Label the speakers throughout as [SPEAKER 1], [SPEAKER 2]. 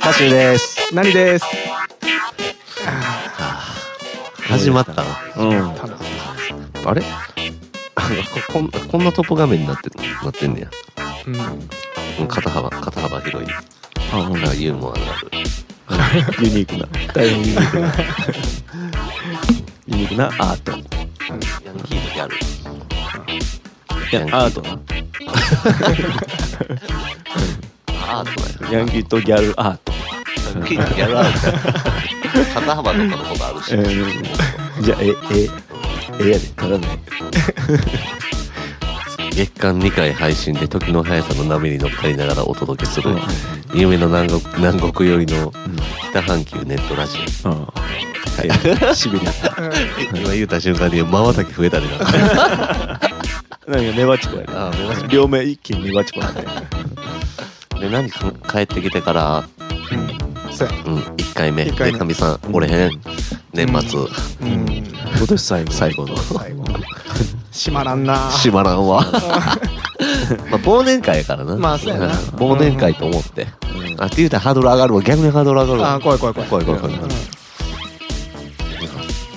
[SPEAKER 1] カシューです。
[SPEAKER 2] 何です。
[SPEAKER 3] 始まったな。
[SPEAKER 1] うん。
[SPEAKER 2] ただ
[SPEAKER 3] あれこんこんなトップ画面になってなってんねや。
[SPEAKER 2] うん。
[SPEAKER 3] うん肩幅、肩幅広い。
[SPEAKER 1] あ、ほ
[SPEAKER 3] な
[SPEAKER 1] ん
[SPEAKER 3] んかユーモアのある。
[SPEAKER 1] ユニークな。だいぶユニークな。ユニークなアート。
[SPEAKER 3] ヤンキーのギャル。
[SPEAKER 1] いや
[SPEAKER 3] ヤンキー
[SPEAKER 1] アートな。
[SPEAKER 3] アートだよ。
[SPEAKER 1] ヤンキーとギャルアート。
[SPEAKER 3] ヤンキーのギャルアート。肩幅とかのことあるし。
[SPEAKER 1] えーじゃあ、え、え、えやで、ただね。
[SPEAKER 3] 月間2回配信で時の速さの波に乗っかりながらお届けする、夢の南国南国寄りの北半球ネットラジオ。
[SPEAKER 1] うん。はい。しびれた。
[SPEAKER 3] 今言うた瞬間に瞬き増え たね。なんか
[SPEAKER 1] なんか、メバチコや
[SPEAKER 3] あーメバチ
[SPEAKER 1] ね。両目一気にメバチコなんで。
[SPEAKER 3] で、何か帰ってきてから、
[SPEAKER 2] そうや。
[SPEAKER 3] うん、1回目。
[SPEAKER 2] 一回目
[SPEAKER 3] で、かみさん、俺へん。年末、
[SPEAKER 2] うん。
[SPEAKER 1] 今年最後。
[SPEAKER 3] 最後の。
[SPEAKER 2] 最後。 閉まらんな。
[SPEAKER 3] しまらんわ。 まあ、忘年会やからな。
[SPEAKER 2] まあそうやなん
[SPEAKER 3] 忘年会と思って。あ、って言うたらハードル上がるわ。逆にハードル上がるわ。
[SPEAKER 2] あー、怖い怖い怖い。
[SPEAKER 3] 怖い怖い怖い
[SPEAKER 2] うん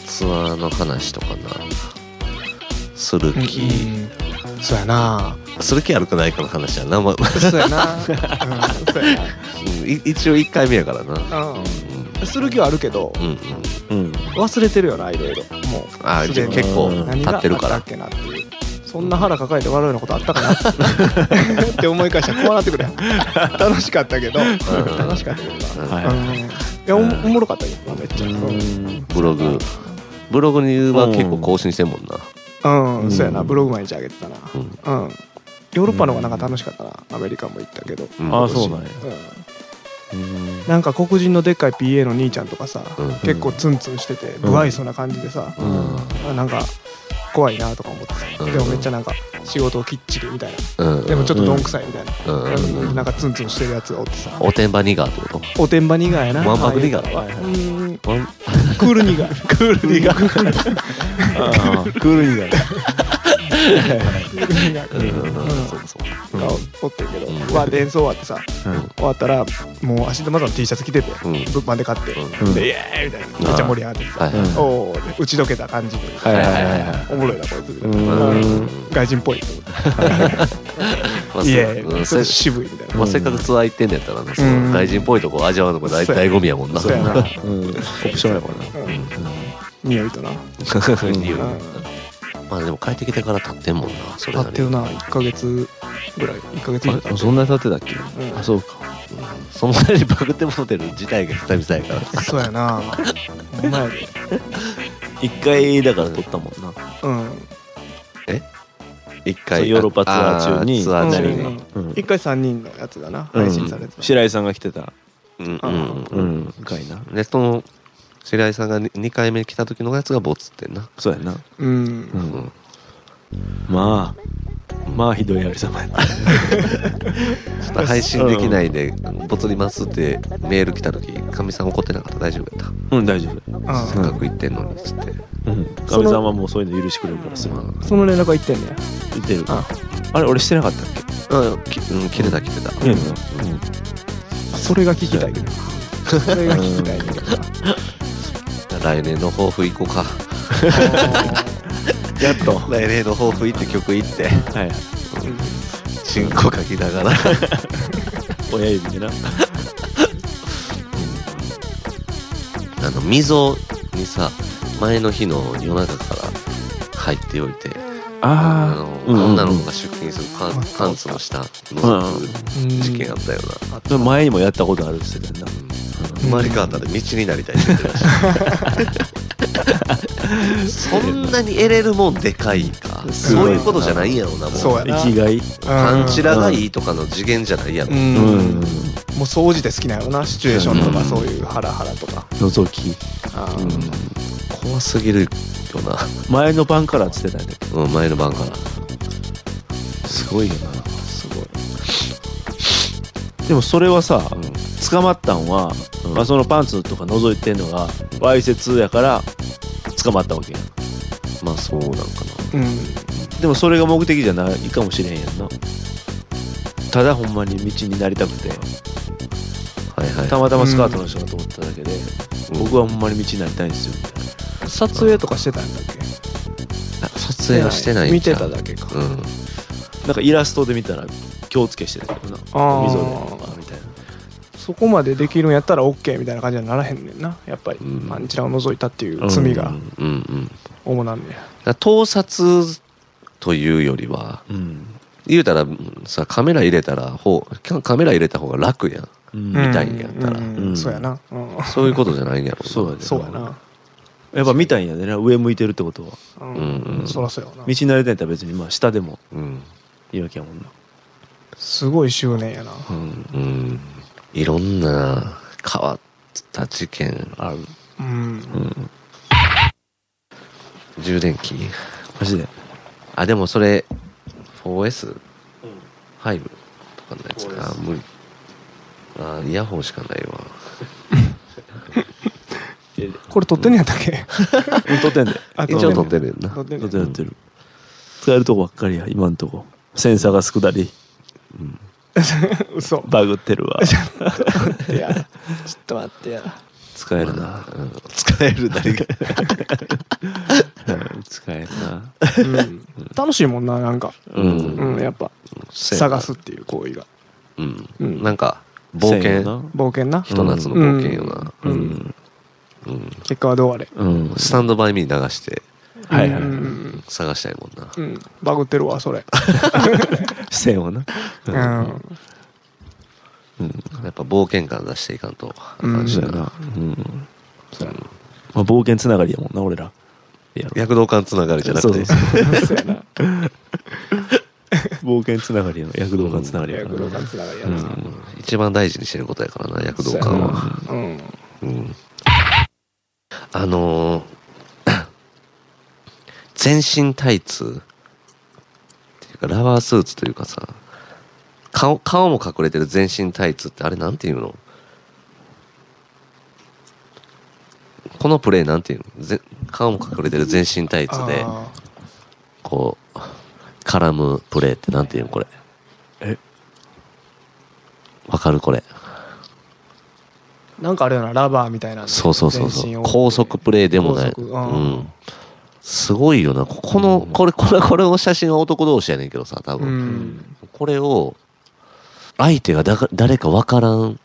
[SPEAKER 3] ツアーの話とかな。する
[SPEAKER 2] うん
[SPEAKER 3] 気、
[SPEAKER 2] そうやな。
[SPEAKER 3] する気あるかないかの話やな。まあ、
[SPEAKER 2] そうやな。うんそうや
[SPEAKER 3] うんい一応1回目やからな。うん
[SPEAKER 2] な。うん。する気はあるけど、
[SPEAKER 3] うんうん。
[SPEAKER 1] うん。
[SPEAKER 2] 忘れてるよな、いろいろ。もう。
[SPEAKER 3] あー、
[SPEAKER 2] すで
[SPEAKER 3] じゃあ
[SPEAKER 2] に
[SPEAKER 3] 結構
[SPEAKER 2] 何
[SPEAKER 3] 経
[SPEAKER 2] があ
[SPEAKER 3] ってるか
[SPEAKER 2] った
[SPEAKER 3] ら
[SPEAKER 2] っ。けなっていう。そんな腹抱えて笑うようなことあったかなって って思い返したらこうなってくるやん楽しかったけど楽しかったけどな
[SPEAKER 3] うん
[SPEAKER 1] は
[SPEAKER 2] うんいやおもおもろかったけどなめっちゃうん
[SPEAKER 3] ブログ。ブログには結構更新してんもん
[SPEAKER 2] う
[SPEAKER 3] な。
[SPEAKER 2] ん、
[SPEAKER 1] うん
[SPEAKER 2] そうやなブログ毎日上げてたな
[SPEAKER 3] う
[SPEAKER 2] うんん、ヨーロッパの方がなんか楽しかったなアメリカも行ったけど、うん
[SPEAKER 3] うん
[SPEAKER 1] ああ、そうなんや。
[SPEAKER 2] なんか黒人のでっかい PA の兄ちゃんとかさ、
[SPEAKER 3] うん
[SPEAKER 2] 結構ツンツンしてて不愛想な感じでさ、
[SPEAKER 3] うん
[SPEAKER 2] あなんか怖いなとか思ってさ、
[SPEAKER 3] うん
[SPEAKER 2] でもめっちゃなんか仕事をきっちりみたいな、
[SPEAKER 3] うん。
[SPEAKER 2] でもちょっとどんくさいみたいな、
[SPEAKER 3] うんうんうん
[SPEAKER 2] なんかツンツンしてるやつがおってさ、
[SPEAKER 3] おてんばにがってこと
[SPEAKER 2] おてんばにがやな
[SPEAKER 3] わんぱくにが
[SPEAKER 2] ああいうのは
[SPEAKER 3] はい
[SPEAKER 2] うん
[SPEAKER 3] ワン
[SPEAKER 2] クールにがクールにがクール
[SPEAKER 1] あークール以
[SPEAKER 2] に
[SPEAKER 1] 外。
[SPEAKER 2] が
[SPEAKER 3] うんうんうん
[SPEAKER 2] うん
[SPEAKER 3] そうそう
[SPEAKER 2] がおってんけど、
[SPEAKER 3] うん
[SPEAKER 2] まあで演奏終わってさ
[SPEAKER 1] うん
[SPEAKER 2] 終わったらもう芦田愛菜の T シャツ着てて、
[SPEAKER 3] ん
[SPEAKER 2] 物販で買って、
[SPEAKER 1] うん
[SPEAKER 2] でイエーイみたいなめっちゃ盛り上がってさ、
[SPEAKER 3] はいはい
[SPEAKER 1] うん
[SPEAKER 2] おお打ち解けた感じで、
[SPEAKER 1] はいはいはいは
[SPEAKER 2] おもろいなこいつみたい
[SPEAKER 1] うん
[SPEAKER 2] な外人っぽいと思
[SPEAKER 3] ま あ
[SPEAKER 2] ってイエ
[SPEAKER 3] せ
[SPEAKER 2] ー
[SPEAKER 3] う
[SPEAKER 2] イちょっと
[SPEAKER 3] んせ
[SPEAKER 2] 渋いみたいな、
[SPEAKER 3] まあせっかくツアー行ってんねやったらなそ
[SPEAKER 2] うん
[SPEAKER 3] の外人っぽいとこ味わうのもだい
[SPEAKER 2] そうや
[SPEAKER 3] 醍醐味やもんな
[SPEAKER 2] そうやな
[SPEAKER 1] うん。オプションやからな。
[SPEAKER 2] うん匂いとな、
[SPEAKER 3] 匂い
[SPEAKER 2] うん
[SPEAKER 3] まあでも帰ってきてから経ってんもんなそれ
[SPEAKER 2] 立
[SPEAKER 3] な
[SPEAKER 2] って
[SPEAKER 3] り
[SPEAKER 2] るな1ヶ月ぐらい1ヶ月以上経って
[SPEAKER 1] あ
[SPEAKER 2] る
[SPEAKER 1] そんなに経ってたっけ
[SPEAKER 2] ん
[SPEAKER 1] あ、そうか。
[SPEAKER 3] その前にバグってもうてる自体が久々やから
[SPEAKER 2] そうやなお前で
[SPEAKER 1] 一回だから撮ったもんな。
[SPEAKER 2] うん
[SPEAKER 3] 一
[SPEAKER 1] そう
[SPEAKER 3] 回
[SPEAKER 1] ヨーロッパツアー中に
[SPEAKER 3] あツアー中に
[SPEAKER 2] う
[SPEAKER 3] ね
[SPEAKER 2] ん一回3人のやつがな
[SPEAKER 1] うん
[SPEAKER 2] 配信されてた、
[SPEAKER 1] 白井さんが来てた。
[SPEAKER 3] うん
[SPEAKER 2] う
[SPEAKER 3] うんん
[SPEAKER 1] う
[SPEAKER 3] うん
[SPEAKER 1] ん。回な。
[SPEAKER 3] でその白井さんが2回目来た時のやつがボツってんな
[SPEAKER 1] そうやな。
[SPEAKER 2] うん
[SPEAKER 1] う。
[SPEAKER 3] うんん
[SPEAKER 1] まあ、まあひどいやりさまやった。
[SPEAKER 3] ちょっと配信できないでボツりますってメール来た時かみさん怒ってなかった大丈夫やった
[SPEAKER 1] うん、大丈夫。
[SPEAKER 2] うん
[SPEAKER 3] せっかく行ってんのにっつって
[SPEAKER 1] うん。かみさんはもうそういうの許してくれるからすまん。
[SPEAKER 2] その連絡は行ってんねや
[SPEAKER 1] 言ってる。
[SPEAKER 2] あ
[SPEAKER 1] あれ、俺してなかったっけ
[SPEAKER 3] うん、きうん、切れた切れた。
[SPEAKER 1] うん
[SPEAKER 2] それが聞きたいけどそれが聞きたいねんけどな
[SPEAKER 3] 来年の抱負行こうか。
[SPEAKER 1] やっと。は
[SPEAKER 3] 来年の抱負行って曲行って、
[SPEAKER 1] い。
[SPEAKER 3] 進行書きな がら。
[SPEAKER 1] 親指でな。
[SPEAKER 3] あの、溝にさ、前の日の夜中から入っておいて、あ
[SPEAKER 1] あ
[SPEAKER 3] の、
[SPEAKER 1] あ、うん
[SPEAKER 3] 女の子が出勤するパンパンツの下
[SPEAKER 1] う
[SPEAKER 3] 覗く
[SPEAKER 2] うん
[SPEAKER 3] 事件あったよな。
[SPEAKER 1] でも前にもやったことあるって言ってたよな。
[SPEAKER 3] 生まれ変わったら道になりたいって言ってました。そんなに得れるもんでかいか。
[SPEAKER 1] す
[SPEAKER 3] そ
[SPEAKER 1] ご
[SPEAKER 3] う
[SPEAKER 1] い
[SPEAKER 3] いうことじゃないんやろな、も
[SPEAKER 2] そうやな
[SPEAKER 1] 生きがい。
[SPEAKER 3] パンチラがいいとかの次元じゃないやろ
[SPEAKER 2] う。、
[SPEAKER 1] うんん。
[SPEAKER 2] もう総じて好きなんやろなシチュエーションとか
[SPEAKER 3] うん
[SPEAKER 2] そういうハラハラとか
[SPEAKER 1] 覗き。
[SPEAKER 2] あー
[SPEAKER 3] 怖すぎるよな。
[SPEAKER 1] 前の晩からって言ってたよね。
[SPEAKER 3] うん、前の晩から。
[SPEAKER 1] すごいよな。
[SPEAKER 2] すごい
[SPEAKER 1] でもそれはさ、
[SPEAKER 3] ん
[SPEAKER 1] 捕まったんは、
[SPEAKER 3] ん
[SPEAKER 1] まあ、そのパンツとか覗いてんのがわいせつやから捕まったわけやん
[SPEAKER 3] まあそうなんかな。
[SPEAKER 2] うん
[SPEAKER 1] でもそれが目的じゃないかもしれんやんなただほんまに道になりたくて
[SPEAKER 3] はいはいはい
[SPEAKER 1] たまたまスカートの人が通っただけで、僕はあんまり道になりたいんですよみたい
[SPEAKER 2] 撮影とかしてたんだっけ
[SPEAKER 3] あ撮影はしてないん
[SPEAKER 2] 見
[SPEAKER 3] ち
[SPEAKER 2] て
[SPEAKER 3] ゃ
[SPEAKER 2] た
[SPEAKER 3] う
[SPEAKER 2] だけか。
[SPEAKER 3] うん
[SPEAKER 1] ななんかイラストで見たら気をつけしてたけどな
[SPEAKER 2] あー
[SPEAKER 1] 溝であみたいな
[SPEAKER 2] そこまでできるんやったら OK みたいな感じにはならへんねんなやっぱり、
[SPEAKER 3] うん
[SPEAKER 2] パンチラを除いたっていう罪が
[SPEAKER 3] うんうんだか
[SPEAKER 2] 主なんで、
[SPEAKER 3] ら盗撮というよりは
[SPEAKER 1] うん、
[SPEAKER 3] 言うたらうんさカメラ入れたらほうカカメラ入れた方が楽やん
[SPEAKER 1] うん
[SPEAKER 2] うん
[SPEAKER 3] 見たいんやったら
[SPEAKER 2] うん
[SPEAKER 1] うん
[SPEAKER 2] そうやな、うん
[SPEAKER 3] そういうことじゃないんやろ
[SPEAKER 1] そうやね
[SPEAKER 2] そうやな、
[SPEAKER 1] やっぱ見たいんやでね上向いてるってことは
[SPEAKER 2] うん
[SPEAKER 3] うんうん
[SPEAKER 2] そらそうやわな
[SPEAKER 1] 道慣れてんやったら別にまあ下でも
[SPEAKER 3] うん
[SPEAKER 1] いいわけやもんな
[SPEAKER 2] すごい執念やな、
[SPEAKER 1] うん
[SPEAKER 3] うんいろんな変わった事件
[SPEAKER 1] ある
[SPEAKER 2] うん
[SPEAKER 3] 充電器
[SPEAKER 1] マジで
[SPEAKER 3] あでもそれ 4S5 とかのやつか
[SPEAKER 1] 4S
[SPEAKER 3] 無理あイヤホンしかないわ
[SPEAKER 2] これ撮ってんねやったっけ
[SPEAKER 1] うん撮ってんで
[SPEAKER 2] あ
[SPEAKER 3] 一応撮ってるんな
[SPEAKER 2] 撮ってん
[SPEAKER 1] 撮
[SPEAKER 2] ね
[SPEAKER 1] っ
[SPEAKER 2] ん
[SPEAKER 1] てる撮ってる使えるとこばっかりや今んとこセンサーが少なり
[SPEAKER 2] 嘘
[SPEAKER 1] バグってる わ
[SPEAKER 2] いやちょっと待ってや
[SPEAKER 3] 使えるな、うん
[SPEAKER 1] 使える誰が使えるな
[SPEAKER 2] うん楽しいもんななんか、
[SPEAKER 3] うん
[SPEAKER 2] うん、やっぱ探すっていう行為が、
[SPEAKER 3] うん、
[SPEAKER 2] うん
[SPEAKER 3] なんか冒
[SPEAKER 1] せ
[SPEAKER 3] 険
[SPEAKER 1] やな
[SPEAKER 2] 冒険な、
[SPEAKER 3] ひと夏の冒険よな、
[SPEAKER 2] うん
[SPEAKER 1] うん
[SPEAKER 3] うん
[SPEAKER 2] 結果はどうあれ
[SPEAKER 1] うん
[SPEAKER 3] スタンドバイミー流して
[SPEAKER 1] はいはい
[SPEAKER 2] うん
[SPEAKER 1] は
[SPEAKER 3] 探したいもんな、
[SPEAKER 2] うんうんバグってるわそ れ、
[SPEAKER 1] いせんわな
[SPEAKER 2] うん、
[SPEAKER 3] やっぱ冒険感出していかんとあかんし
[SPEAKER 1] そ
[SPEAKER 3] な
[SPEAKER 1] うやなうん
[SPEAKER 2] そうやな
[SPEAKER 1] まあ冒険つながりやもんな俺らやろ
[SPEAKER 3] 躍動感つながりじゃな
[SPEAKER 1] そ
[SPEAKER 3] く
[SPEAKER 1] うそ
[SPEAKER 3] て
[SPEAKER 1] うそう 冒険つながりの躍動感つながりやから
[SPEAKER 2] 躍動感つながりや
[SPEAKER 1] う
[SPEAKER 2] な、
[SPEAKER 1] ん
[SPEAKER 3] うん一番大事にしてることやからな躍動
[SPEAKER 2] そうや
[SPEAKER 3] 感は、
[SPEAKER 2] なうん
[SPEAKER 3] うん、あのー 全身タイツっていうかラバースーツというかさ顔顔も隠れてる全身タイツってあれなんていうのこのプレイなんていうのぜ顔も隠れてる全身タイツで
[SPEAKER 2] あ
[SPEAKER 3] こう絡むプレイってなんていうのこれ
[SPEAKER 1] え
[SPEAKER 3] わかるこれ
[SPEAKER 2] ーなんかあるよなラバーみたいな
[SPEAKER 3] そうそうそうそ
[SPEAKER 2] 全身
[SPEAKER 3] う
[SPEAKER 2] を
[SPEAKER 3] 高速プレイでもない、
[SPEAKER 2] 高速
[SPEAKER 3] う
[SPEAKER 2] あー
[SPEAKER 3] ん、すごいよなここのこれこれこれの写真は男同士やねんけどさ多
[SPEAKER 2] う
[SPEAKER 3] 分、
[SPEAKER 2] ん
[SPEAKER 3] これを相手がだか誰かわからん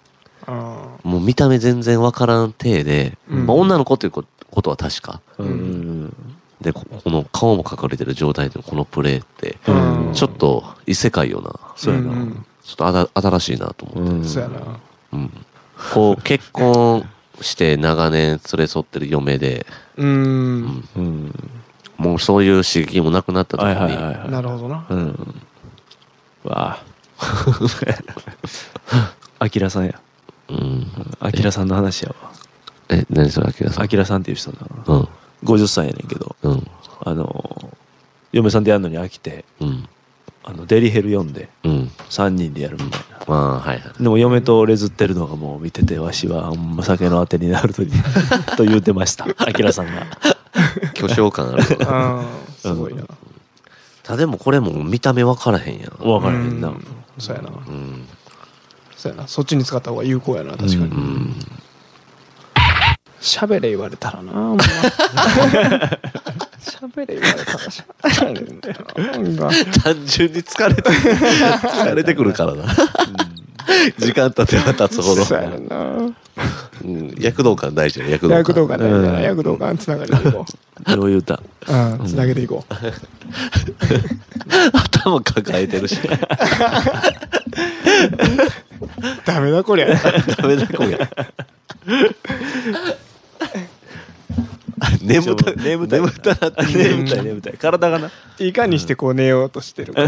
[SPEAKER 2] あ
[SPEAKER 3] もう見た目全然わからん体で、
[SPEAKER 2] うん
[SPEAKER 3] まあ、女の子というこことは確か
[SPEAKER 1] うんうん
[SPEAKER 3] でここの顔も隠れてる状態でのこのプレイって
[SPEAKER 2] うん
[SPEAKER 3] ちょっと異世界よな
[SPEAKER 1] そうやな
[SPEAKER 2] うん
[SPEAKER 3] ちょっとあだ新しいなと思って。
[SPEAKER 2] ー
[SPEAKER 1] うん
[SPEAKER 2] そうやな
[SPEAKER 3] うん、こう結婚して長年連れ添ってる嫁で、
[SPEAKER 2] う
[SPEAKER 3] うんん、
[SPEAKER 1] うん
[SPEAKER 3] もうそういう刺激もなくなった時に、
[SPEAKER 1] はいはいはいは
[SPEAKER 2] なるほどない
[SPEAKER 1] うんわあ アキラさんや
[SPEAKER 3] うん、
[SPEAKER 1] アキラさんの話やわ
[SPEAKER 3] え何それ明さ
[SPEAKER 1] ア
[SPEAKER 3] ん
[SPEAKER 1] キラさんっていう人な
[SPEAKER 3] うん
[SPEAKER 1] 50歳やねんけど
[SPEAKER 3] うん
[SPEAKER 1] あの嫁さんとやるのに飽きて
[SPEAKER 3] うん
[SPEAKER 1] あのデリヘル読んで
[SPEAKER 3] うん
[SPEAKER 1] 3人でやるみたいな
[SPEAKER 3] まあはいはい
[SPEAKER 1] でも嫁とレズってるのがもう見ててわしはほんま酒のあてになる とにと言うてましたアキラさんが
[SPEAKER 3] 巨匠感あるよな
[SPEAKER 2] うんすごいな
[SPEAKER 3] たでもこれも見た目分からへんやん
[SPEAKER 1] 分からへんな
[SPEAKER 2] うんそうやな
[SPEAKER 3] うん
[SPEAKER 2] そうやなそっちに使った方が有効やな確か
[SPEAKER 1] う
[SPEAKER 2] に
[SPEAKER 3] うん
[SPEAKER 2] 喋れ言われたらなほんま 喋れ言われたら喋れんだよなほんま
[SPEAKER 3] 単純に疲 れて疲れてくるからな時間経てば経つほど
[SPEAKER 2] そうやねんな
[SPEAKER 3] うん躍動感大事や躍動感
[SPEAKER 2] 躍動感ないんだ
[SPEAKER 1] う
[SPEAKER 2] なん躍動感つながりでいこ
[SPEAKER 1] それを言うた
[SPEAKER 2] ううんつなげていこう
[SPEAKER 3] 頭抱えてるし
[SPEAKER 2] ダメだこりゃ
[SPEAKER 3] ダメだこりゃ 眠た
[SPEAKER 1] 眠たい
[SPEAKER 3] 眠たなってきて
[SPEAKER 1] 眠たい眠たい体がない
[SPEAKER 2] かにしてこう寝ようとしてるか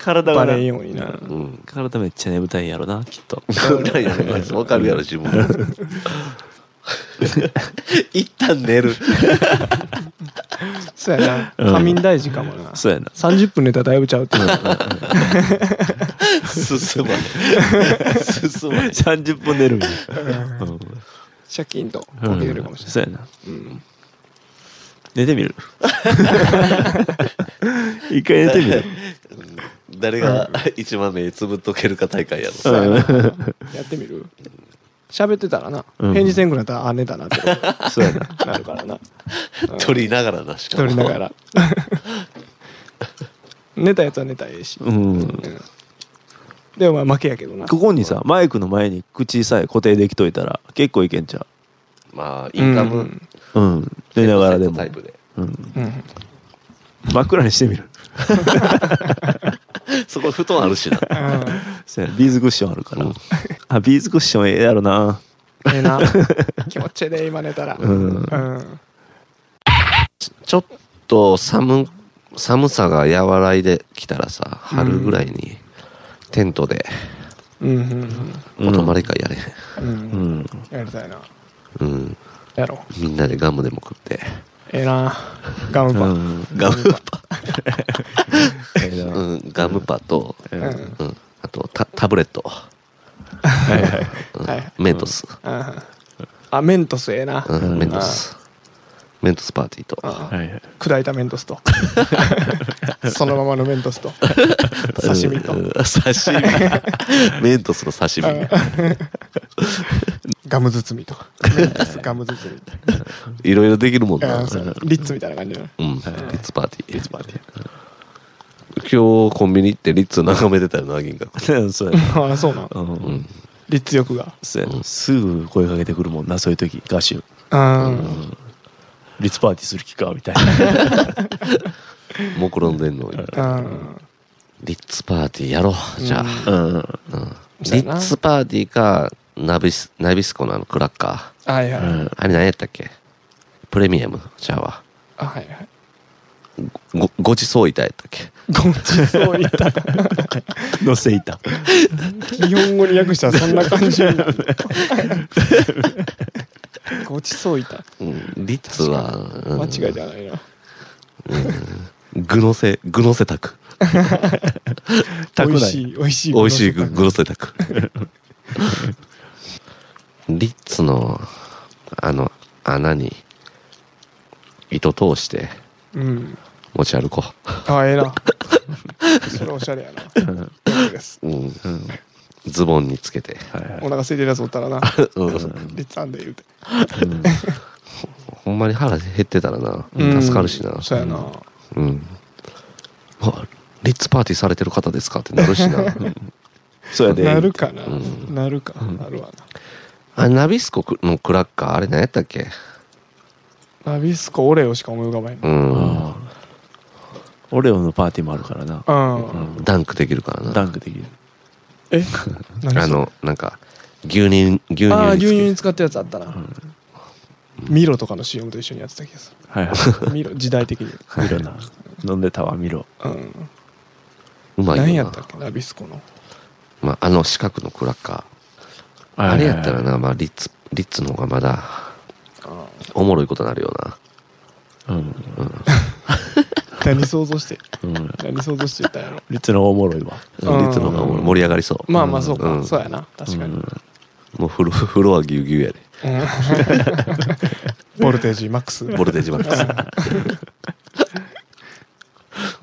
[SPEAKER 1] 体が
[SPEAKER 2] バ
[SPEAKER 1] な
[SPEAKER 2] レんようにな
[SPEAKER 3] うん
[SPEAKER 1] 体めっちゃ眠たいんやろなきっと
[SPEAKER 3] 暗いやろなわかるやろ自分 一旦寝る
[SPEAKER 2] そうや
[SPEAKER 1] うん
[SPEAKER 2] な仮眠大事かもな
[SPEAKER 1] そうやな
[SPEAKER 2] 30分寝たらだいぶちゃうって
[SPEAKER 3] 進まない進まない
[SPEAKER 1] 30分寝るんやうん
[SPEAKER 2] シャキンと起きれるかもしれない
[SPEAKER 1] そうやな 寝てみる一回寝てみる
[SPEAKER 3] 誰が一番目つぶっとけるか大会やろ。
[SPEAKER 2] やってみる喋ってたらな、
[SPEAKER 1] うん
[SPEAKER 2] 返事せんくなったらあ寝たなってこと
[SPEAKER 1] うんそうやな。
[SPEAKER 2] になるからな
[SPEAKER 3] 取りながらだしか
[SPEAKER 2] 取りなが
[SPEAKER 3] ら。
[SPEAKER 2] ら寝たやつは寝たらええし、
[SPEAKER 1] うん。
[SPEAKER 2] うんでもまあ負けやけどな
[SPEAKER 1] ここにさ、マイクの前に口さえ固定できといたら結構いけんちゃ
[SPEAKER 3] まあ、イ
[SPEAKER 2] う
[SPEAKER 3] ン
[SPEAKER 2] ん
[SPEAKER 3] カ
[SPEAKER 2] う
[SPEAKER 3] ム
[SPEAKER 2] ん
[SPEAKER 1] う。うん。寝ながらでも
[SPEAKER 3] タ。イプで。
[SPEAKER 1] うん
[SPEAKER 2] うん
[SPEAKER 1] 真っ暗にしてみる。
[SPEAKER 3] そこ布団あるしな。
[SPEAKER 1] そうやなビーズクッションあるから。あ、ビーズクッションええやろな。
[SPEAKER 2] ええな気持ちええで今寝たら
[SPEAKER 1] うん
[SPEAKER 2] うん
[SPEAKER 3] ちょっと寒、寒さが和らいできたらさ、春ぐらいにテントで
[SPEAKER 2] うんうん
[SPEAKER 1] うん
[SPEAKER 3] お泊まり会やれへ
[SPEAKER 2] うん
[SPEAKER 3] ん。
[SPEAKER 1] う
[SPEAKER 2] うん
[SPEAKER 1] ん。
[SPEAKER 2] やりたいな
[SPEAKER 3] うん。
[SPEAKER 2] やろう
[SPEAKER 3] みんなでガムでも食って。
[SPEAKER 2] ええなガムパン
[SPEAKER 1] うん
[SPEAKER 3] ガムパ、
[SPEAKER 1] ええな
[SPEAKER 3] うん、ガムパと、
[SPEAKER 1] う
[SPEAKER 2] うんん
[SPEAKER 1] は
[SPEAKER 3] うん、あとタタブレット、
[SPEAKER 1] いはい。
[SPEAKER 3] うん
[SPEAKER 2] はい
[SPEAKER 3] メントス、
[SPEAKER 2] うんあメントスええな
[SPEAKER 3] うん
[SPEAKER 1] うん
[SPEAKER 3] メントス、メントスパーティーと、
[SPEAKER 2] うん
[SPEAKER 1] はいはい。
[SPEAKER 2] 砕いたメントス とそのままのメントスと刺身と
[SPEAKER 3] うん刺身、メントスの刺身、
[SPEAKER 2] ガム包みとメントスガム包み
[SPEAKER 3] いろいろできるもんな、
[SPEAKER 2] あ
[SPEAKER 3] う
[SPEAKER 2] ーそ
[SPEAKER 3] ん、
[SPEAKER 2] うリッツみたいな感じの
[SPEAKER 3] リッツパーティー。
[SPEAKER 2] パーティ
[SPEAKER 3] 今日コンビニ行ってリッツ眺めてたよな、銀河君。
[SPEAKER 1] そうやな。
[SPEAKER 2] ーあーそうなん
[SPEAKER 1] う
[SPEAKER 3] う
[SPEAKER 1] ん
[SPEAKER 3] ん、
[SPEAKER 2] リッツ欲が
[SPEAKER 1] そうやなすぐ声かけてくるもんな、そういう時、ガシュ。
[SPEAKER 2] うん
[SPEAKER 1] リッツパーティーする気か、みたいな。
[SPEAKER 3] 目論んでんのに。
[SPEAKER 2] うん
[SPEAKER 3] リッツパーティーやろう、じゃあ。
[SPEAKER 1] うん。
[SPEAKER 3] うん
[SPEAKER 2] そう
[SPEAKER 3] リ
[SPEAKER 2] やな
[SPEAKER 3] ッツパーティーか、ナビス、ナビスコのあのクラッカ
[SPEAKER 2] はいはい
[SPEAKER 1] うん
[SPEAKER 2] あ
[SPEAKER 3] ー。あれ何やったっけプレミアムじゃあわ。
[SPEAKER 2] はいはい
[SPEAKER 3] ご、ごちそういたやったっけ
[SPEAKER 2] ごちそういた
[SPEAKER 1] 乗せいた。
[SPEAKER 2] 日本語に訳したらそんな感じになるごちそういた
[SPEAKER 3] うん、リッツは、うん
[SPEAKER 2] 間違いじゃないな
[SPEAKER 3] 具のせ、具のせたく。
[SPEAKER 1] た
[SPEAKER 2] 美
[SPEAKER 1] くない
[SPEAKER 2] 味しい美味しい
[SPEAKER 3] 美味しい具具のせたく。 リッツの、あの、穴に、糸通して
[SPEAKER 2] うん
[SPEAKER 3] 持ち歩こ
[SPEAKER 2] ああええな それおしゃれやな
[SPEAKER 1] うん
[SPEAKER 2] いいです
[SPEAKER 3] う。うん。
[SPEAKER 1] うん
[SPEAKER 3] ズボンにつけて。
[SPEAKER 1] はいはい
[SPEAKER 2] お腹空いてるやつおったらな
[SPEAKER 3] うん。
[SPEAKER 2] リッツァンで言うて
[SPEAKER 1] うん
[SPEAKER 3] ほんまに腹減ってたらな、
[SPEAKER 2] うん
[SPEAKER 3] 助かるしな。
[SPEAKER 2] そうやな
[SPEAKER 3] うん。あリッツパーティーされてる方ですかってなるし な。
[SPEAKER 1] そうやで。
[SPEAKER 2] なるかな
[SPEAKER 3] う
[SPEAKER 2] なるかなるわ
[SPEAKER 3] あ、ナビスコのクラッカー、あれ何やったっけ
[SPEAKER 2] なナビスコオレオしか思い浮かばへん
[SPEAKER 3] うん。
[SPEAKER 1] ああオレオのパーティーもあるからな。
[SPEAKER 2] うん
[SPEAKER 3] ダンクできるからな。
[SPEAKER 1] ダンクできる。
[SPEAKER 2] え何
[SPEAKER 3] あ
[SPEAKER 2] それ
[SPEAKER 3] の、なんか、牛乳、牛乳につけて
[SPEAKER 2] ああ牛乳に使ったやつあったなミロとかの CM と一緒にやってた気がす
[SPEAKER 1] はいは
[SPEAKER 2] るミロ時代的に
[SPEAKER 1] い。見ろな。飲んでたわ、見ろ。
[SPEAKER 2] うん
[SPEAKER 3] うまいよな
[SPEAKER 2] 何やったっけナビスコの
[SPEAKER 3] まあ、あの四角のクラッカー。あれやったらな、まあ、リッツ、リッツの方がまだ、おもろいことになるよな。
[SPEAKER 1] うん。
[SPEAKER 2] 何想像して
[SPEAKER 1] うん。
[SPEAKER 2] 何想像してたんやろ
[SPEAKER 1] リッツの方がおもろいわ。
[SPEAKER 2] うん
[SPEAKER 3] リッツの方がおもろい盛り上がりそう。
[SPEAKER 2] まあまあそう
[SPEAKER 3] う
[SPEAKER 2] か
[SPEAKER 3] ん
[SPEAKER 2] そうやな確かに
[SPEAKER 3] もうフロ、フロアぎゅうぎゅうやで。
[SPEAKER 2] うんボルテージマックス
[SPEAKER 3] ボルテージマッ ク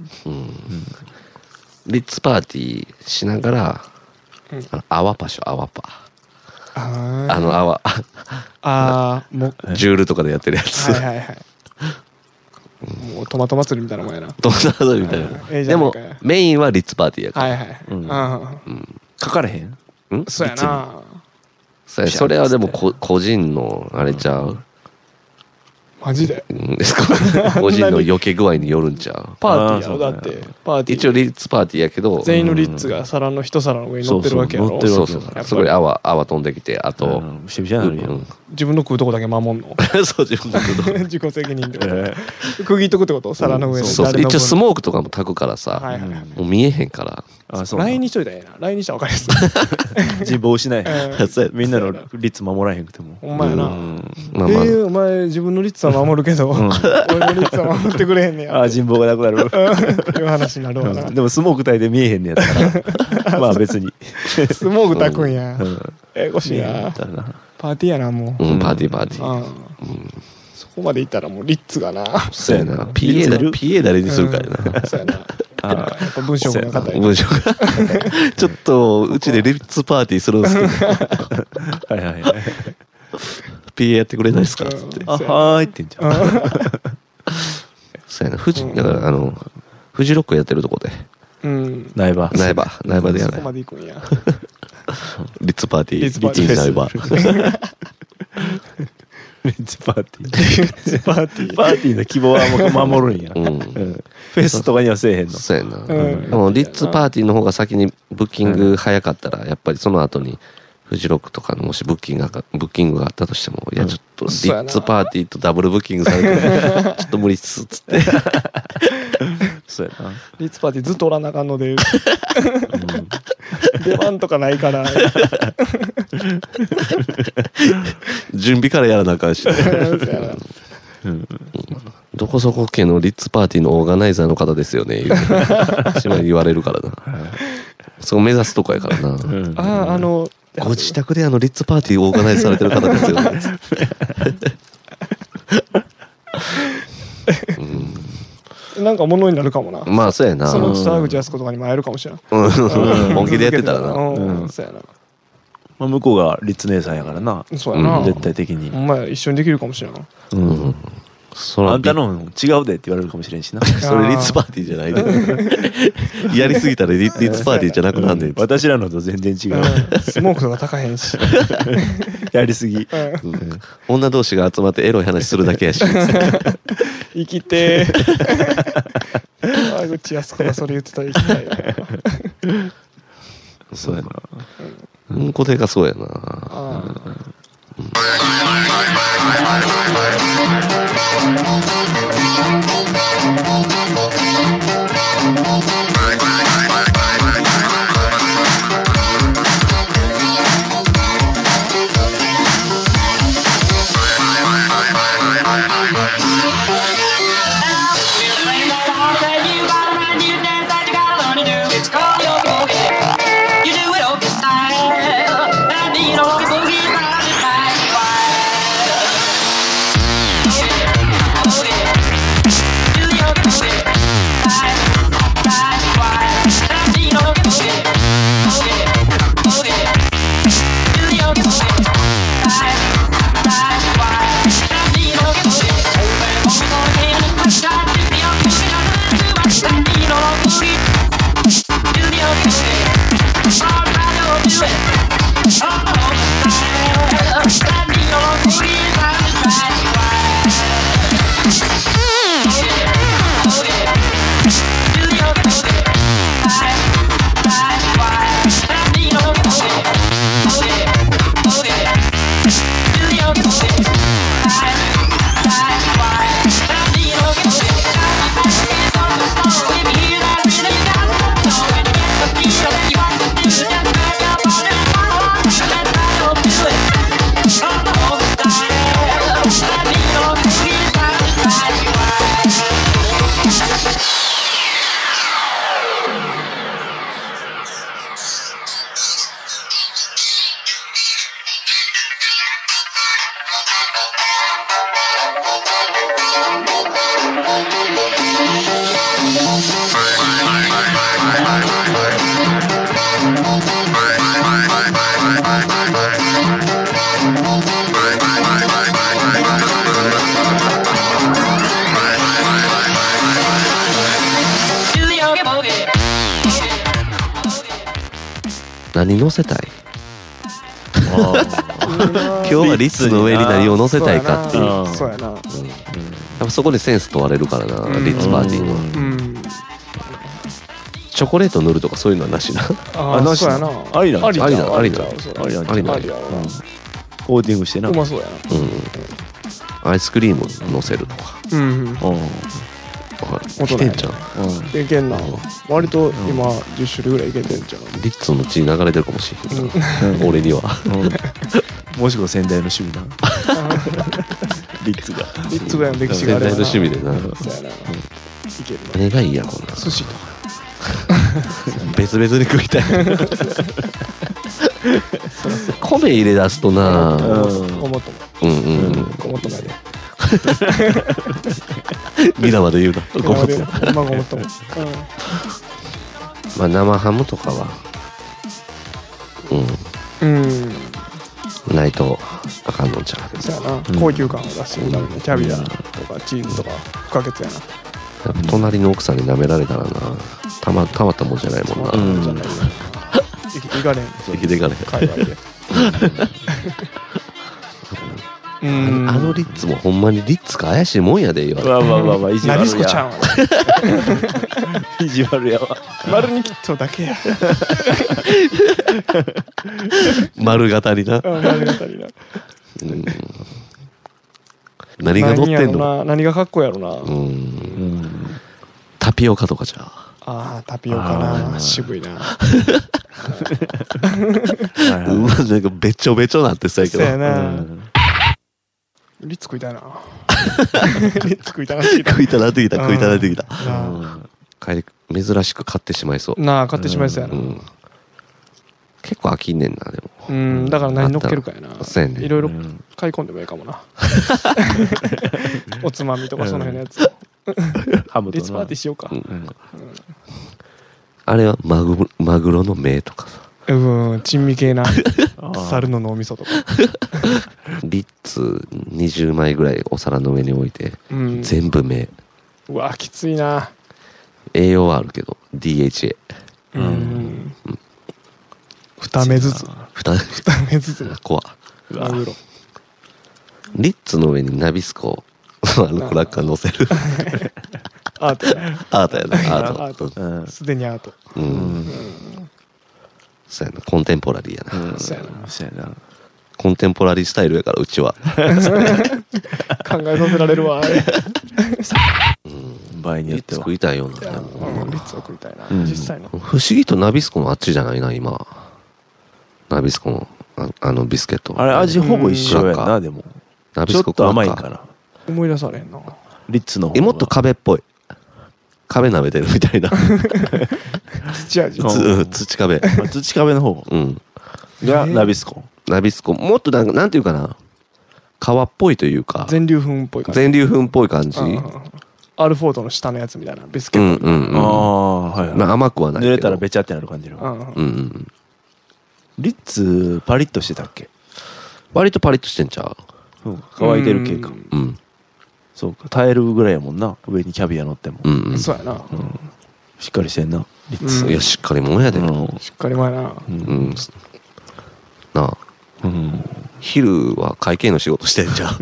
[SPEAKER 3] ス。うん。リッツパーティーしながら、
[SPEAKER 2] うん
[SPEAKER 3] あの泡パしょ、泡パ。
[SPEAKER 2] あー
[SPEAKER 3] あの泡、
[SPEAKER 2] あーもう
[SPEAKER 3] ジュールとかでやってるやつ。
[SPEAKER 2] はいはいはいもうトマト祭りみたいなもんやな
[SPEAKER 3] ドナードみたいな。
[SPEAKER 2] ええじ
[SPEAKER 3] で
[SPEAKER 2] ゃない
[SPEAKER 3] も
[SPEAKER 2] かよ、
[SPEAKER 3] メインはリッツパーティーやから。
[SPEAKER 2] はいはい
[SPEAKER 1] うん
[SPEAKER 2] あー
[SPEAKER 1] かかれへん
[SPEAKER 3] うん
[SPEAKER 2] そうやな
[SPEAKER 3] それそれはでもこ個人のあれちゃう、
[SPEAKER 2] マジで
[SPEAKER 3] うん 個人の避け具合によるんちゃう
[SPEAKER 2] パーティーやろ
[SPEAKER 1] あ
[SPEAKER 2] だっ
[SPEAKER 1] ーそうだね
[SPEAKER 2] てパーティー
[SPEAKER 3] 一応リッツパーティーやけど
[SPEAKER 2] 全員のリッツが皿の一皿の上に乗ってるわけやろ
[SPEAKER 1] そうそ
[SPEAKER 3] そ
[SPEAKER 1] う乗
[SPEAKER 3] うそ
[SPEAKER 1] ってる
[SPEAKER 3] う
[SPEAKER 1] わけだ
[SPEAKER 2] やっぱり
[SPEAKER 3] そこに泡泡飛んできてあと、
[SPEAKER 1] うんしびしゃなるや
[SPEAKER 3] うん ん
[SPEAKER 2] 自分の食うとこだけ守んの
[SPEAKER 3] そう自 分だけど
[SPEAKER 2] 自己責任で
[SPEAKER 1] えー
[SPEAKER 2] 区切っとくってこと皿の上に
[SPEAKER 3] そうそう
[SPEAKER 2] の
[SPEAKER 3] 一応ス
[SPEAKER 2] も
[SPEAKER 3] モークとかも炊くからさ、
[SPEAKER 2] はいはいはい
[SPEAKER 3] もう見えへんから
[SPEAKER 1] あそうなん
[SPEAKER 2] 来にしといたらええな来にしたら分かりやす
[SPEAKER 1] 人望しない
[SPEAKER 2] うん
[SPEAKER 1] そうやみんなの率守らへんくても
[SPEAKER 2] いほんまやな
[SPEAKER 3] うん
[SPEAKER 2] え
[SPEAKER 3] まあまあ、
[SPEAKER 2] ーお前自分のリッツは守るけど俺のリッツは守ってくれへんねや
[SPEAKER 1] あ あ人望がなくな る
[SPEAKER 2] いう話になるわな
[SPEAKER 1] でもスモーク体で見えへんねやった らまあ別に
[SPEAKER 2] スモーク炊くんや
[SPEAKER 1] うん
[SPEAKER 2] ええこしい
[SPEAKER 1] 見えへんや
[SPEAKER 2] な
[SPEAKER 1] ったらな
[SPEAKER 2] パーティーやなもう
[SPEAKER 3] うんパーティーパーティー、
[SPEAKER 2] ああそこまでいったらもうリッツがな
[SPEAKER 3] そうやな
[SPEAKER 1] リッ
[SPEAKER 3] PA
[SPEAKER 1] ツ
[SPEAKER 3] だ
[SPEAKER 1] いる
[SPEAKER 3] PA 誰にするかやな、
[SPEAKER 2] うんそうやなあーやっぱ文章も なかったり
[SPEAKER 3] 文章がちょっとうちでレッツパーティーするんですけど
[SPEAKER 1] はいはいはい。
[SPEAKER 3] PA やってくれないですかっつって
[SPEAKER 2] う
[SPEAKER 3] 「
[SPEAKER 2] ん
[SPEAKER 3] あはーい」って言うんじゃんそうやな富士
[SPEAKER 2] うん
[SPEAKER 3] だからあのフジロックやってるとこで
[SPEAKER 2] うん。
[SPEAKER 1] 苗場。
[SPEAKER 3] 苗場苗場でや
[SPEAKER 2] そ
[SPEAKER 3] な
[SPEAKER 2] こ
[SPEAKER 3] い
[SPEAKER 2] まで行くんや。
[SPEAKER 3] リッツパーティー
[SPEAKER 2] リッツパーティー
[SPEAKER 3] リッツ苗場
[SPEAKER 1] レッツパーティ ー。
[SPEAKER 2] パーティー。
[SPEAKER 1] パーティーの希望はもう守るんや。
[SPEAKER 3] う
[SPEAKER 1] うんんフェスとかにはせえへんの。
[SPEAKER 3] そうやな、
[SPEAKER 2] ん
[SPEAKER 3] でもリッツパーティーの方が先にブッキング早かったらやっぱりその後にフジロックとかのもしブッキングがブッキングがあったとしても、いやちょっとリ
[SPEAKER 2] そうや
[SPEAKER 3] ッ
[SPEAKER 2] な
[SPEAKER 3] ツパーティーとダブルブッキングされて るちょっと無理っすっつって
[SPEAKER 1] そうやな。
[SPEAKER 2] リッツパーティーずっとおらなあかんので、出番とかないから、
[SPEAKER 3] 準備からやらなあかんし、
[SPEAKER 2] そうやな
[SPEAKER 3] どこそこ家のリッツパーティーのオーガナイザーの方です よね言う島に言われるからなそう目指すとこやからな、
[SPEAKER 1] うん
[SPEAKER 2] ああ、あの、
[SPEAKER 3] ご自宅であのリッツパーティーをオーガナイズされてる方ですよね。
[SPEAKER 2] なんか物になるかもな。
[SPEAKER 3] まあそうやな。
[SPEAKER 2] そのう
[SPEAKER 3] う
[SPEAKER 2] ち沢口康子とかにも会えるかもしれん。
[SPEAKER 3] ん本気でやってたらな。
[SPEAKER 2] うん、そうやな。
[SPEAKER 1] まあ、向こうが立姉さんやからな。
[SPEAKER 2] そうやな。
[SPEAKER 3] うん
[SPEAKER 1] 絶対的に
[SPEAKER 2] お。前一緒にできるかもしれん。
[SPEAKER 3] うん。そ
[SPEAKER 1] あ
[SPEAKER 3] ら
[SPEAKER 1] んたの違うでって言われるかもしれんしな。
[SPEAKER 3] それリッツパーティーじゃないで。やりすぎたらリリッツパーティーじゃなくなんねん。
[SPEAKER 1] 私らのと全然違
[SPEAKER 2] う
[SPEAKER 1] う。
[SPEAKER 2] んスモークとか高へんし。
[SPEAKER 1] やりすぎ。
[SPEAKER 2] うん
[SPEAKER 3] うん女同士が集まってエロい話するだけやし。
[SPEAKER 2] 生きてー。 沢口康子がそれ言ってたら生きたいな。
[SPEAKER 1] そうやな。
[SPEAKER 3] うんこでかそうやな。
[SPEAKER 2] ああ
[SPEAKER 4] Boogie. Do the old thing. All right, I'll do it. Oh, oh, oh. I need your booty, body, body, wide. Oh, yeah. Do the old thing. Body, body, wide. I need your booty. Oh, yeah. Oh, yeah. Do the old thing. Body, body, wide. I need your booty. Let me hear that rhythm, got me going. The beat that you want to do, just back up on it. Let's battle to it. All the whole style. I need your booty, body, body, wide.
[SPEAKER 3] 何乗せたい
[SPEAKER 2] 今
[SPEAKER 3] 今日はリッツの上に何を乗せたいかっていう。や
[SPEAKER 2] そうやな。
[SPEAKER 3] っぱそこでセンス問われるからな、
[SPEAKER 2] ん
[SPEAKER 3] リッツパーティーの。
[SPEAKER 2] うん。
[SPEAKER 3] チョコレート塗るとかそういうのはなしな。
[SPEAKER 2] ああ、
[SPEAKER 1] なし
[SPEAKER 2] そうやな。
[SPEAKER 1] ありなんちゃう
[SPEAKER 2] あり
[SPEAKER 3] ありなん
[SPEAKER 2] ありちゃう
[SPEAKER 1] ありなんちゃう
[SPEAKER 2] ありなんちゃう
[SPEAKER 1] うんコーティングしてな。
[SPEAKER 2] うまそうやな。
[SPEAKER 3] うん、アイスクリームを乗せるとか
[SPEAKER 2] うん。
[SPEAKER 1] うん
[SPEAKER 3] わかる
[SPEAKER 2] 大人
[SPEAKER 3] 来てんじゃん
[SPEAKER 2] いけんな。割と今10種類ぐらいいけてんじゃん。
[SPEAKER 3] リッツの血流れてるかもしれんな俺には
[SPEAKER 1] うんもしくは仙台の趣味な。 リッツが。
[SPEAKER 2] リッツがやん歴史
[SPEAKER 3] 仙
[SPEAKER 2] があ
[SPEAKER 3] 台
[SPEAKER 2] れ
[SPEAKER 3] の
[SPEAKER 2] ばな
[SPEAKER 3] 趣味で
[SPEAKER 2] そ
[SPEAKER 3] な
[SPEAKER 2] うやな。いけるな。
[SPEAKER 3] 何がいいやこんな
[SPEAKER 2] 寿司とか。
[SPEAKER 3] 別々に食いたい米入れ出すとな
[SPEAKER 1] うん
[SPEAKER 2] ごもっとも。
[SPEAKER 3] うんうんうん
[SPEAKER 2] ごもっともやで。
[SPEAKER 3] 皆まで言うな。ごもっとも
[SPEAKER 2] 今ごもっとも。うん
[SPEAKER 3] まあ生ハムとかは、
[SPEAKER 2] う
[SPEAKER 3] う
[SPEAKER 2] ん、
[SPEAKER 3] ん、ないとあかんのちゃう。
[SPEAKER 2] そうやな
[SPEAKER 1] うん、
[SPEAKER 2] 高級感を出してるためにキャビアとかチーズとか不可欠やな。
[SPEAKER 3] やっぱ隣の奥さんに舐められたらな、たま、たまったもんじゃないもんな。
[SPEAKER 2] そ
[SPEAKER 1] うん
[SPEAKER 2] なもじゃないよ生きていかれん、
[SPEAKER 3] 生きていかれへ
[SPEAKER 2] 界
[SPEAKER 3] ん
[SPEAKER 2] 隈で。うん
[SPEAKER 3] あのリッツもほんまにリッツか怪しいもんやで、言われ
[SPEAKER 1] わわわわ、意地悪や。
[SPEAKER 2] ナリスコちゃんは
[SPEAKER 1] 意地悪やわ。
[SPEAKER 2] 丸に切っただけや。
[SPEAKER 3] 丸型にな。
[SPEAKER 2] うん丸が足りない
[SPEAKER 3] うん何が乗って
[SPEAKER 2] 何
[SPEAKER 3] ん
[SPEAKER 2] や
[SPEAKER 3] の
[SPEAKER 2] ろな何がかっこいいやろな。
[SPEAKER 3] うん
[SPEAKER 1] うん。
[SPEAKER 3] タピオカとかじゃあ
[SPEAKER 2] ああ、タピオカ
[SPEAKER 1] あー
[SPEAKER 2] な。渋いな。
[SPEAKER 1] は
[SPEAKER 3] う
[SPEAKER 1] い
[SPEAKER 3] わなんかべちょべちょなってそうやけ
[SPEAKER 2] そうや
[SPEAKER 3] ど
[SPEAKER 1] は
[SPEAKER 2] な。リッツ食いたいな。リッツ食いたらしいな。
[SPEAKER 3] 食いたなってきた
[SPEAKER 2] うん
[SPEAKER 3] 食いたなってきた
[SPEAKER 2] なあ
[SPEAKER 1] い。
[SPEAKER 3] 帰り珍しく買ってしまいそう、
[SPEAKER 2] なあ、買ってしまいそうやな
[SPEAKER 3] う。ん、結構飽きんねんなでも
[SPEAKER 2] うん、だから何乗っけるかやな。
[SPEAKER 3] そうやね
[SPEAKER 2] いろいろ
[SPEAKER 1] うん
[SPEAKER 2] 買い込んでもいいかもな。おつまみとかその辺のやつ。
[SPEAKER 1] ハムと
[SPEAKER 2] リッツパーティーしようか。
[SPEAKER 1] うん
[SPEAKER 3] あれはマグロマグロの目とかさ
[SPEAKER 2] うん、珍味系な。
[SPEAKER 1] あー
[SPEAKER 2] 猿の脳みそとか。
[SPEAKER 3] リッツ20枚ぐらいお皿の上に置いて、
[SPEAKER 2] うん。
[SPEAKER 3] 全部目
[SPEAKER 2] うわ、きついな。
[SPEAKER 3] 栄養はあるけど DHA
[SPEAKER 2] う。
[SPEAKER 1] うん
[SPEAKER 2] 二目ずつ。
[SPEAKER 3] 蓋
[SPEAKER 2] 二目ずつの
[SPEAKER 3] 怖っ
[SPEAKER 1] う
[SPEAKER 2] マ
[SPEAKER 1] わ
[SPEAKER 2] グロ。
[SPEAKER 3] リッツの上にナビスコ をあのクラッカー乗せる
[SPEAKER 2] アートやな
[SPEAKER 3] アートやなアー
[SPEAKER 2] ア
[SPEAKER 3] ト
[SPEAKER 2] ー
[SPEAKER 1] うん
[SPEAKER 2] すでにアート。
[SPEAKER 3] うん、
[SPEAKER 1] うん
[SPEAKER 3] そうやなコンテンポラリーやな、
[SPEAKER 1] うん
[SPEAKER 2] そうやな
[SPEAKER 1] そうやな
[SPEAKER 3] コンテンポラリースタイルやからうちは
[SPEAKER 2] 考えさせられるわ。あれ
[SPEAKER 1] 場合に
[SPEAKER 3] リ
[SPEAKER 1] よっ
[SPEAKER 3] ッツ
[SPEAKER 1] ては
[SPEAKER 3] 食いたいよ
[SPEAKER 2] いや
[SPEAKER 3] な
[SPEAKER 2] うんリッツを食いたいな。
[SPEAKER 1] うん
[SPEAKER 2] 実際の。
[SPEAKER 3] 不思議とナビスコのあっちじゃないな今ナビスコのああのビスケット
[SPEAKER 1] あれ味ほぼ一緒や
[SPEAKER 3] クラッカー
[SPEAKER 1] なでも
[SPEAKER 3] ナビ
[SPEAKER 1] ちょ
[SPEAKER 3] ス
[SPEAKER 1] っ
[SPEAKER 3] コ
[SPEAKER 1] と甘い
[SPEAKER 3] ク
[SPEAKER 1] か
[SPEAKER 3] ラッカー
[SPEAKER 1] ら
[SPEAKER 2] 思い出されへんな。
[SPEAKER 1] リッツの方
[SPEAKER 3] え
[SPEAKER 1] が
[SPEAKER 3] もっと壁っぽい壁舐めてるみたいな
[SPEAKER 2] 土味。
[SPEAKER 1] うん
[SPEAKER 3] つうん土壁
[SPEAKER 1] あ土壁の方
[SPEAKER 3] うん
[SPEAKER 1] が
[SPEAKER 2] えー
[SPEAKER 1] ナビスコ
[SPEAKER 3] ナビスコもっとなんかなんていうかな川っぽいというか
[SPEAKER 2] 全粒粉っぽい感じ。
[SPEAKER 3] 全粒粉っぽい感じ
[SPEAKER 2] うんアルフォードの下のやつみたいな。ビスケ
[SPEAKER 3] う
[SPEAKER 2] ット。
[SPEAKER 3] んうんうん
[SPEAKER 1] ああはい
[SPEAKER 3] まあ
[SPEAKER 1] は
[SPEAKER 3] 甘くはいないけ
[SPEAKER 1] 濡
[SPEAKER 3] ど
[SPEAKER 1] れたらべちゃってなる感じの
[SPEAKER 2] うんうん
[SPEAKER 3] うんうん
[SPEAKER 1] リッツパリッとしてたっけ
[SPEAKER 3] 割とパリッとしてんちゃ
[SPEAKER 1] うん乾いてる系か
[SPEAKER 2] う
[SPEAKER 3] う、うん、
[SPEAKER 1] そうか耐えるぐらいやもんな上にキャビア乗っても
[SPEAKER 3] うんうん
[SPEAKER 2] んそうやな。
[SPEAKER 1] しっかりしてんなリッツ
[SPEAKER 2] うん
[SPEAKER 3] いやしっかりもんやで
[SPEAKER 1] う
[SPEAKER 3] うん
[SPEAKER 1] ん
[SPEAKER 2] しっかり前な。
[SPEAKER 3] うんなあ
[SPEAKER 1] うん
[SPEAKER 3] 昼は会計の仕事してんじゃん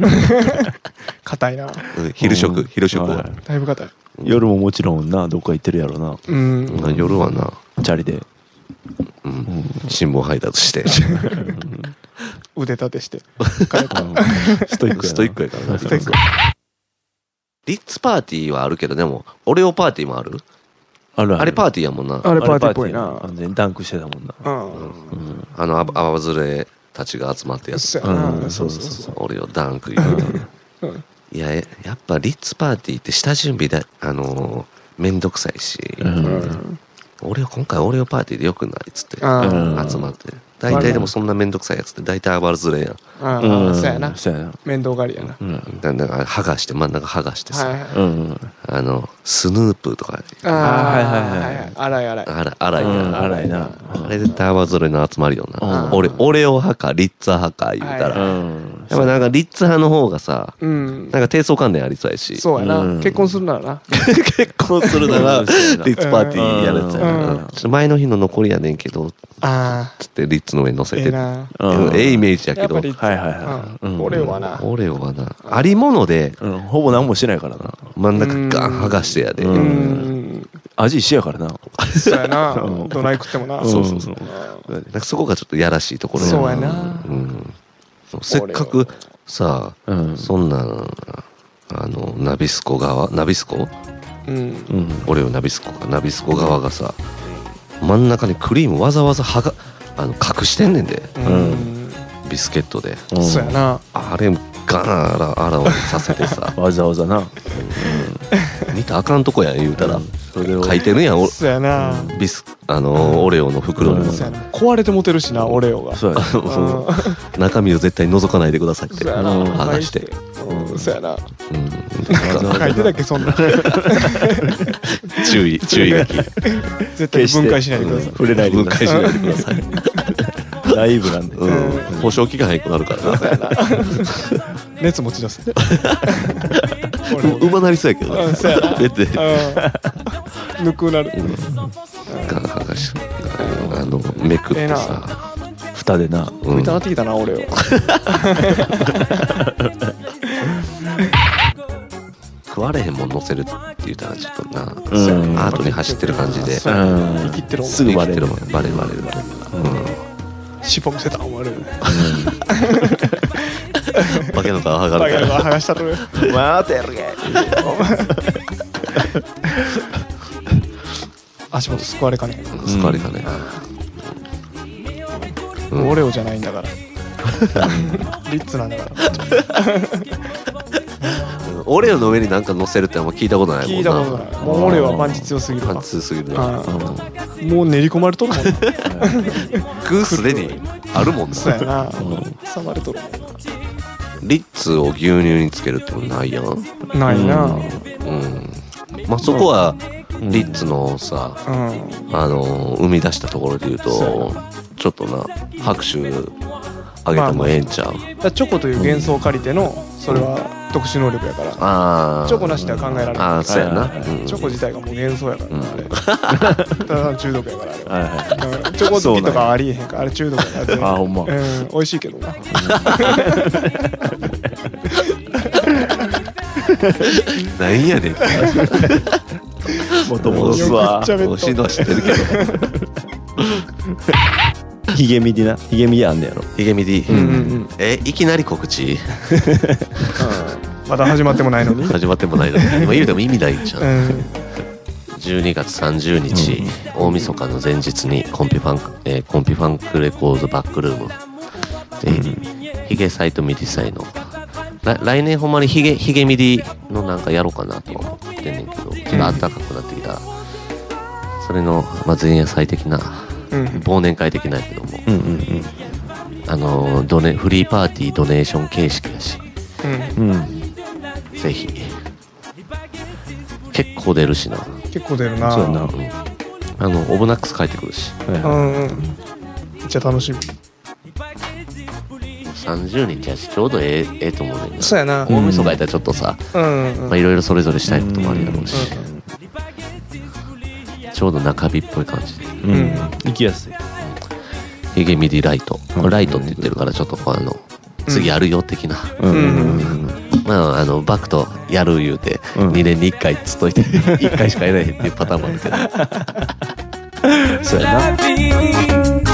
[SPEAKER 2] 硬いな。
[SPEAKER 3] うん昼食昼食
[SPEAKER 1] は
[SPEAKER 3] はい
[SPEAKER 2] だいぶ硬い。
[SPEAKER 1] 夜ももちろんなどっか行ってるやろな
[SPEAKER 2] うん。
[SPEAKER 3] うん夜はな
[SPEAKER 1] チャリで
[SPEAKER 3] うん新聞配達して
[SPEAKER 2] 腕立てして。
[SPEAKER 1] ストイックやな
[SPEAKER 3] ストイックやからな
[SPEAKER 2] ストイック
[SPEAKER 3] リッツパーティーはあるけどでもオレオパーティーもある
[SPEAKER 1] あるある
[SPEAKER 3] あれパーティーやもんな
[SPEAKER 2] あれパーティーっぽいな
[SPEAKER 1] あれパーティーや完全にダンクしてたもんな
[SPEAKER 2] うん。
[SPEAKER 3] あのあばあばずれたちが集まってやつ
[SPEAKER 2] そうや
[SPEAKER 1] う
[SPEAKER 2] な。
[SPEAKER 1] ん
[SPEAKER 2] そうそうそう。
[SPEAKER 3] 俺をダンク言うて
[SPEAKER 2] うん
[SPEAKER 3] いやえやっぱリッツパーティーって下準備だあのー、めんどくさいし、
[SPEAKER 2] うん
[SPEAKER 3] 俺は今回オレオパーティーでよくないっつって
[SPEAKER 2] あ
[SPEAKER 1] うん
[SPEAKER 3] 集まって大体でもそんなめんどくさいやつって大体暴ずれやん
[SPEAKER 2] あ
[SPEAKER 1] う
[SPEAKER 2] あ、
[SPEAKER 1] ん
[SPEAKER 2] そうやな。
[SPEAKER 1] そうやな
[SPEAKER 2] 面倒がりやな。
[SPEAKER 1] うん
[SPEAKER 3] だだから剥がして真ん中剥がしてさ、
[SPEAKER 2] はいはい。
[SPEAKER 1] うん
[SPEAKER 3] あのスヌープとか
[SPEAKER 2] ああ、
[SPEAKER 1] はいはいはい
[SPEAKER 2] はいはい。荒い荒い。
[SPEAKER 3] あらあらいな、
[SPEAKER 1] うん荒いな
[SPEAKER 3] あれでタワーぞれの集まりよな、
[SPEAKER 2] うん
[SPEAKER 3] 俺俺を派かリッツァ派か言うたら、
[SPEAKER 2] はいは
[SPEAKER 1] う
[SPEAKER 2] い
[SPEAKER 1] ん
[SPEAKER 3] やっぱなんかリッツァ派の方がさ
[SPEAKER 2] うん
[SPEAKER 3] な。んか低層観念ありそうやし
[SPEAKER 2] そうやな
[SPEAKER 1] うん。
[SPEAKER 2] 結婚するならな。
[SPEAKER 3] 結婚するなら
[SPEAKER 1] う
[SPEAKER 3] リ
[SPEAKER 1] んそうやな
[SPEAKER 3] ッツパーティーやるやつやな、
[SPEAKER 2] うん
[SPEAKER 3] ちょっと前の日の残りやねんけど
[SPEAKER 2] あ
[SPEAKER 3] つってリッツの上に乗せ
[SPEAKER 2] あ、え
[SPEAKER 3] て
[SPEAKER 2] え
[SPEAKER 3] る
[SPEAKER 2] な。
[SPEAKER 1] うん
[SPEAKER 3] ええイメージや
[SPEAKER 2] や
[SPEAKER 3] け
[SPEAKER 2] っ
[SPEAKER 3] ど
[SPEAKER 2] ぱり、
[SPEAKER 1] はいはいはい
[SPEAKER 2] うん
[SPEAKER 1] うん
[SPEAKER 2] 俺はな。
[SPEAKER 3] オレオはなありもので
[SPEAKER 1] うんほぼ何もしてないからな
[SPEAKER 3] 真ん中ガン剥がしてやで、
[SPEAKER 1] う
[SPEAKER 2] うんん。
[SPEAKER 1] 味一緒やからな
[SPEAKER 2] そうやな。どない食ってもな。
[SPEAKER 1] そうそうそう
[SPEAKER 2] う
[SPEAKER 3] なんかそこがちょっとやらしいところや
[SPEAKER 2] そうやな。
[SPEAKER 3] うん、せっかくさ
[SPEAKER 1] うん
[SPEAKER 3] そんなんあのナビスコ側ナビスコ
[SPEAKER 2] うん。
[SPEAKER 1] うん
[SPEAKER 3] 俺をナビスコかナビスコ側がさ真ん中にクリームわざわざはがあの隠してんねんで
[SPEAKER 2] うん。
[SPEAKER 3] ビスケットで
[SPEAKER 1] ん
[SPEAKER 2] そうやな。
[SPEAKER 3] あれガーンあらあらわにさせて さ
[SPEAKER 1] わざわざな
[SPEAKER 3] 見たらあかんとこやん言うたら
[SPEAKER 1] それを
[SPEAKER 3] 書いてるやんお
[SPEAKER 2] そうやな。
[SPEAKER 3] ビスあのオレオの袋にも
[SPEAKER 2] そうやな。壊れてモテるしな、オレオが。
[SPEAKER 1] そうやな
[SPEAKER 2] うん
[SPEAKER 3] 中身を絶対覗かないでくださいって
[SPEAKER 2] そうやな
[SPEAKER 3] 剥がして
[SPEAKER 2] ううん、そうやな。
[SPEAKER 3] うん
[SPEAKER 2] 書いてたっけ、そんな。
[SPEAKER 3] 注意、 注意書き。
[SPEAKER 2] 絶対分解しないでください。
[SPEAKER 1] 触れないでくださ
[SPEAKER 3] 分解
[SPEAKER 1] い
[SPEAKER 3] しないでください。
[SPEAKER 1] ライブなんで。
[SPEAKER 3] うん。保証期間早くなるからな。
[SPEAKER 2] 熱持ち出す。俺も
[SPEAKER 3] う馬なりそうやけど
[SPEAKER 2] うん
[SPEAKER 3] な。
[SPEAKER 2] そうやな
[SPEAKER 3] 出て。
[SPEAKER 2] うんぬくなる。
[SPEAKER 3] ガンガンガンしあのめくっ
[SPEAKER 2] ええ
[SPEAKER 3] て
[SPEAKER 2] な
[SPEAKER 3] さ、
[SPEAKER 1] 蓋でな。
[SPEAKER 3] うん
[SPEAKER 2] 見たなってきたな、俺を。
[SPEAKER 3] 食われへんもん乗せるって言ったらちょっとな、
[SPEAKER 1] うん
[SPEAKER 3] アートに走ってる感じで、
[SPEAKER 2] そう
[SPEAKER 1] う
[SPEAKER 2] や
[SPEAKER 1] ん
[SPEAKER 2] 生きてる
[SPEAKER 1] すぐバレる
[SPEAKER 3] 生きてバレるバレるバレる
[SPEAKER 2] 尻尾見せたら終わる。
[SPEAKER 3] うん化けの皮剥が
[SPEAKER 2] だ
[SPEAKER 3] れ
[SPEAKER 2] け
[SPEAKER 3] た
[SPEAKER 2] ど、
[SPEAKER 3] ら
[SPEAKER 2] 剥がしたとる。
[SPEAKER 1] 待てるげ。
[SPEAKER 2] 足元救われかね
[SPEAKER 3] 救われた
[SPEAKER 2] え。
[SPEAKER 3] ね、うん
[SPEAKER 2] オレオじゃないんだから。リッツなんだから。
[SPEAKER 3] オレオの上になんか乗せるってあんま聞いたことないもんな
[SPEAKER 2] 聞いたことない。もうオレオはパンチ強すぎる
[SPEAKER 3] パ
[SPEAKER 2] わ
[SPEAKER 3] ンツすぎるな
[SPEAKER 2] あもう練り込まれとるもん。
[SPEAKER 3] グーすでにあるもんな
[SPEAKER 2] そうやな。
[SPEAKER 1] ん
[SPEAKER 2] 挟まれとるもん
[SPEAKER 3] リッツを牛乳につけるってことないやんうん
[SPEAKER 2] な。ないな。
[SPEAKER 3] まあそこはリッツのさ、
[SPEAKER 2] うん。
[SPEAKER 3] あの生み出したところで言う
[SPEAKER 2] そう
[SPEAKER 3] とちょっとな拍手あげてもええんちゃ
[SPEAKER 2] だ
[SPEAKER 3] う、
[SPEAKER 2] からチョコという幻想を借りてのそれは特殊能力やから
[SPEAKER 3] ああ
[SPEAKER 2] チョコなしでは考えられ
[SPEAKER 3] あ
[SPEAKER 2] な
[SPEAKER 3] あそうやな、うん
[SPEAKER 2] いチョコ自体がもう幻想やからなあれただの中毒やからあれは
[SPEAKER 1] はいはい。
[SPEAKER 2] うんチョコ好きとかありえへんからあれ中毒やから全然
[SPEAKER 1] あほん
[SPEAKER 2] う
[SPEAKER 1] ま
[SPEAKER 2] ん美味しいけどな
[SPEAKER 3] なんやねん
[SPEAKER 1] 元
[SPEAKER 3] 戻
[SPEAKER 1] 戻
[SPEAKER 3] す
[SPEAKER 1] す
[SPEAKER 3] わ
[SPEAKER 1] わ
[SPEAKER 2] めっち。ゃめっちゃ
[SPEAKER 3] もうしんどいのは知ってるけど
[SPEAKER 1] ひげみでな。ひげみであんねやろ。
[SPEAKER 3] ヒゲミ D、
[SPEAKER 2] うんうんうん
[SPEAKER 3] えいきなり告知
[SPEAKER 2] まだ始まってもないのに
[SPEAKER 3] 始まってもないの に今言うても意味ないんじゃん
[SPEAKER 2] うん
[SPEAKER 3] 12月30日、大晦日の前日にコンピファンク、えーコンピファンクレコーズバックルームで、ヒゲサイとミディサイのら来年ほんまにヒゲヒゲミディのなんかやろうかなと思ってんねんけどちょっと暖かくなってきた、それの、まあ、前夜祭的な
[SPEAKER 2] うん
[SPEAKER 3] 忘年会的なんやけども、
[SPEAKER 1] うんうん
[SPEAKER 3] あのードネフリーパーティードネーション形式だし
[SPEAKER 2] うん
[SPEAKER 1] うん。うん。
[SPEAKER 3] ぜひ結構出るしな、
[SPEAKER 2] 結構出る
[SPEAKER 1] そうやな
[SPEAKER 2] な。
[SPEAKER 3] うんあのオブナックス帰ってくるし
[SPEAKER 1] はいうは
[SPEAKER 2] んうんめっちゃ楽しみ
[SPEAKER 3] 30人じゃしちょうどええええと思うねんな
[SPEAKER 2] そうやな
[SPEAKER 3] 大晦日やったらちょっとさ、
[SPEAKER 2] うんうん
[SPEAKER 3] まあ、いろいろそれぞれしたいこともあるやろうし、ちょうど中日っぽい感じで
[SPEAKER 1] い。うん。行きやすい。
[SPEAKER 3] ヒゲミディライト、
[SPEAKER 1] うん
[SPEAKER 3] ライトって言ってるからちょっとこうあの次あるよ的な、
[SPEAKER 1] うん
[SPEAKER 2] うん
[SPEAKER 3] まあ、あのバクとやる言うて、
[SPEAKER 1] うん
[SPEAKER 3] 2年に1回つっといて1回しかいないっていうパターンもあるけど
[SPEAKER 1] そうやな。
[SPEAKER 4] Thank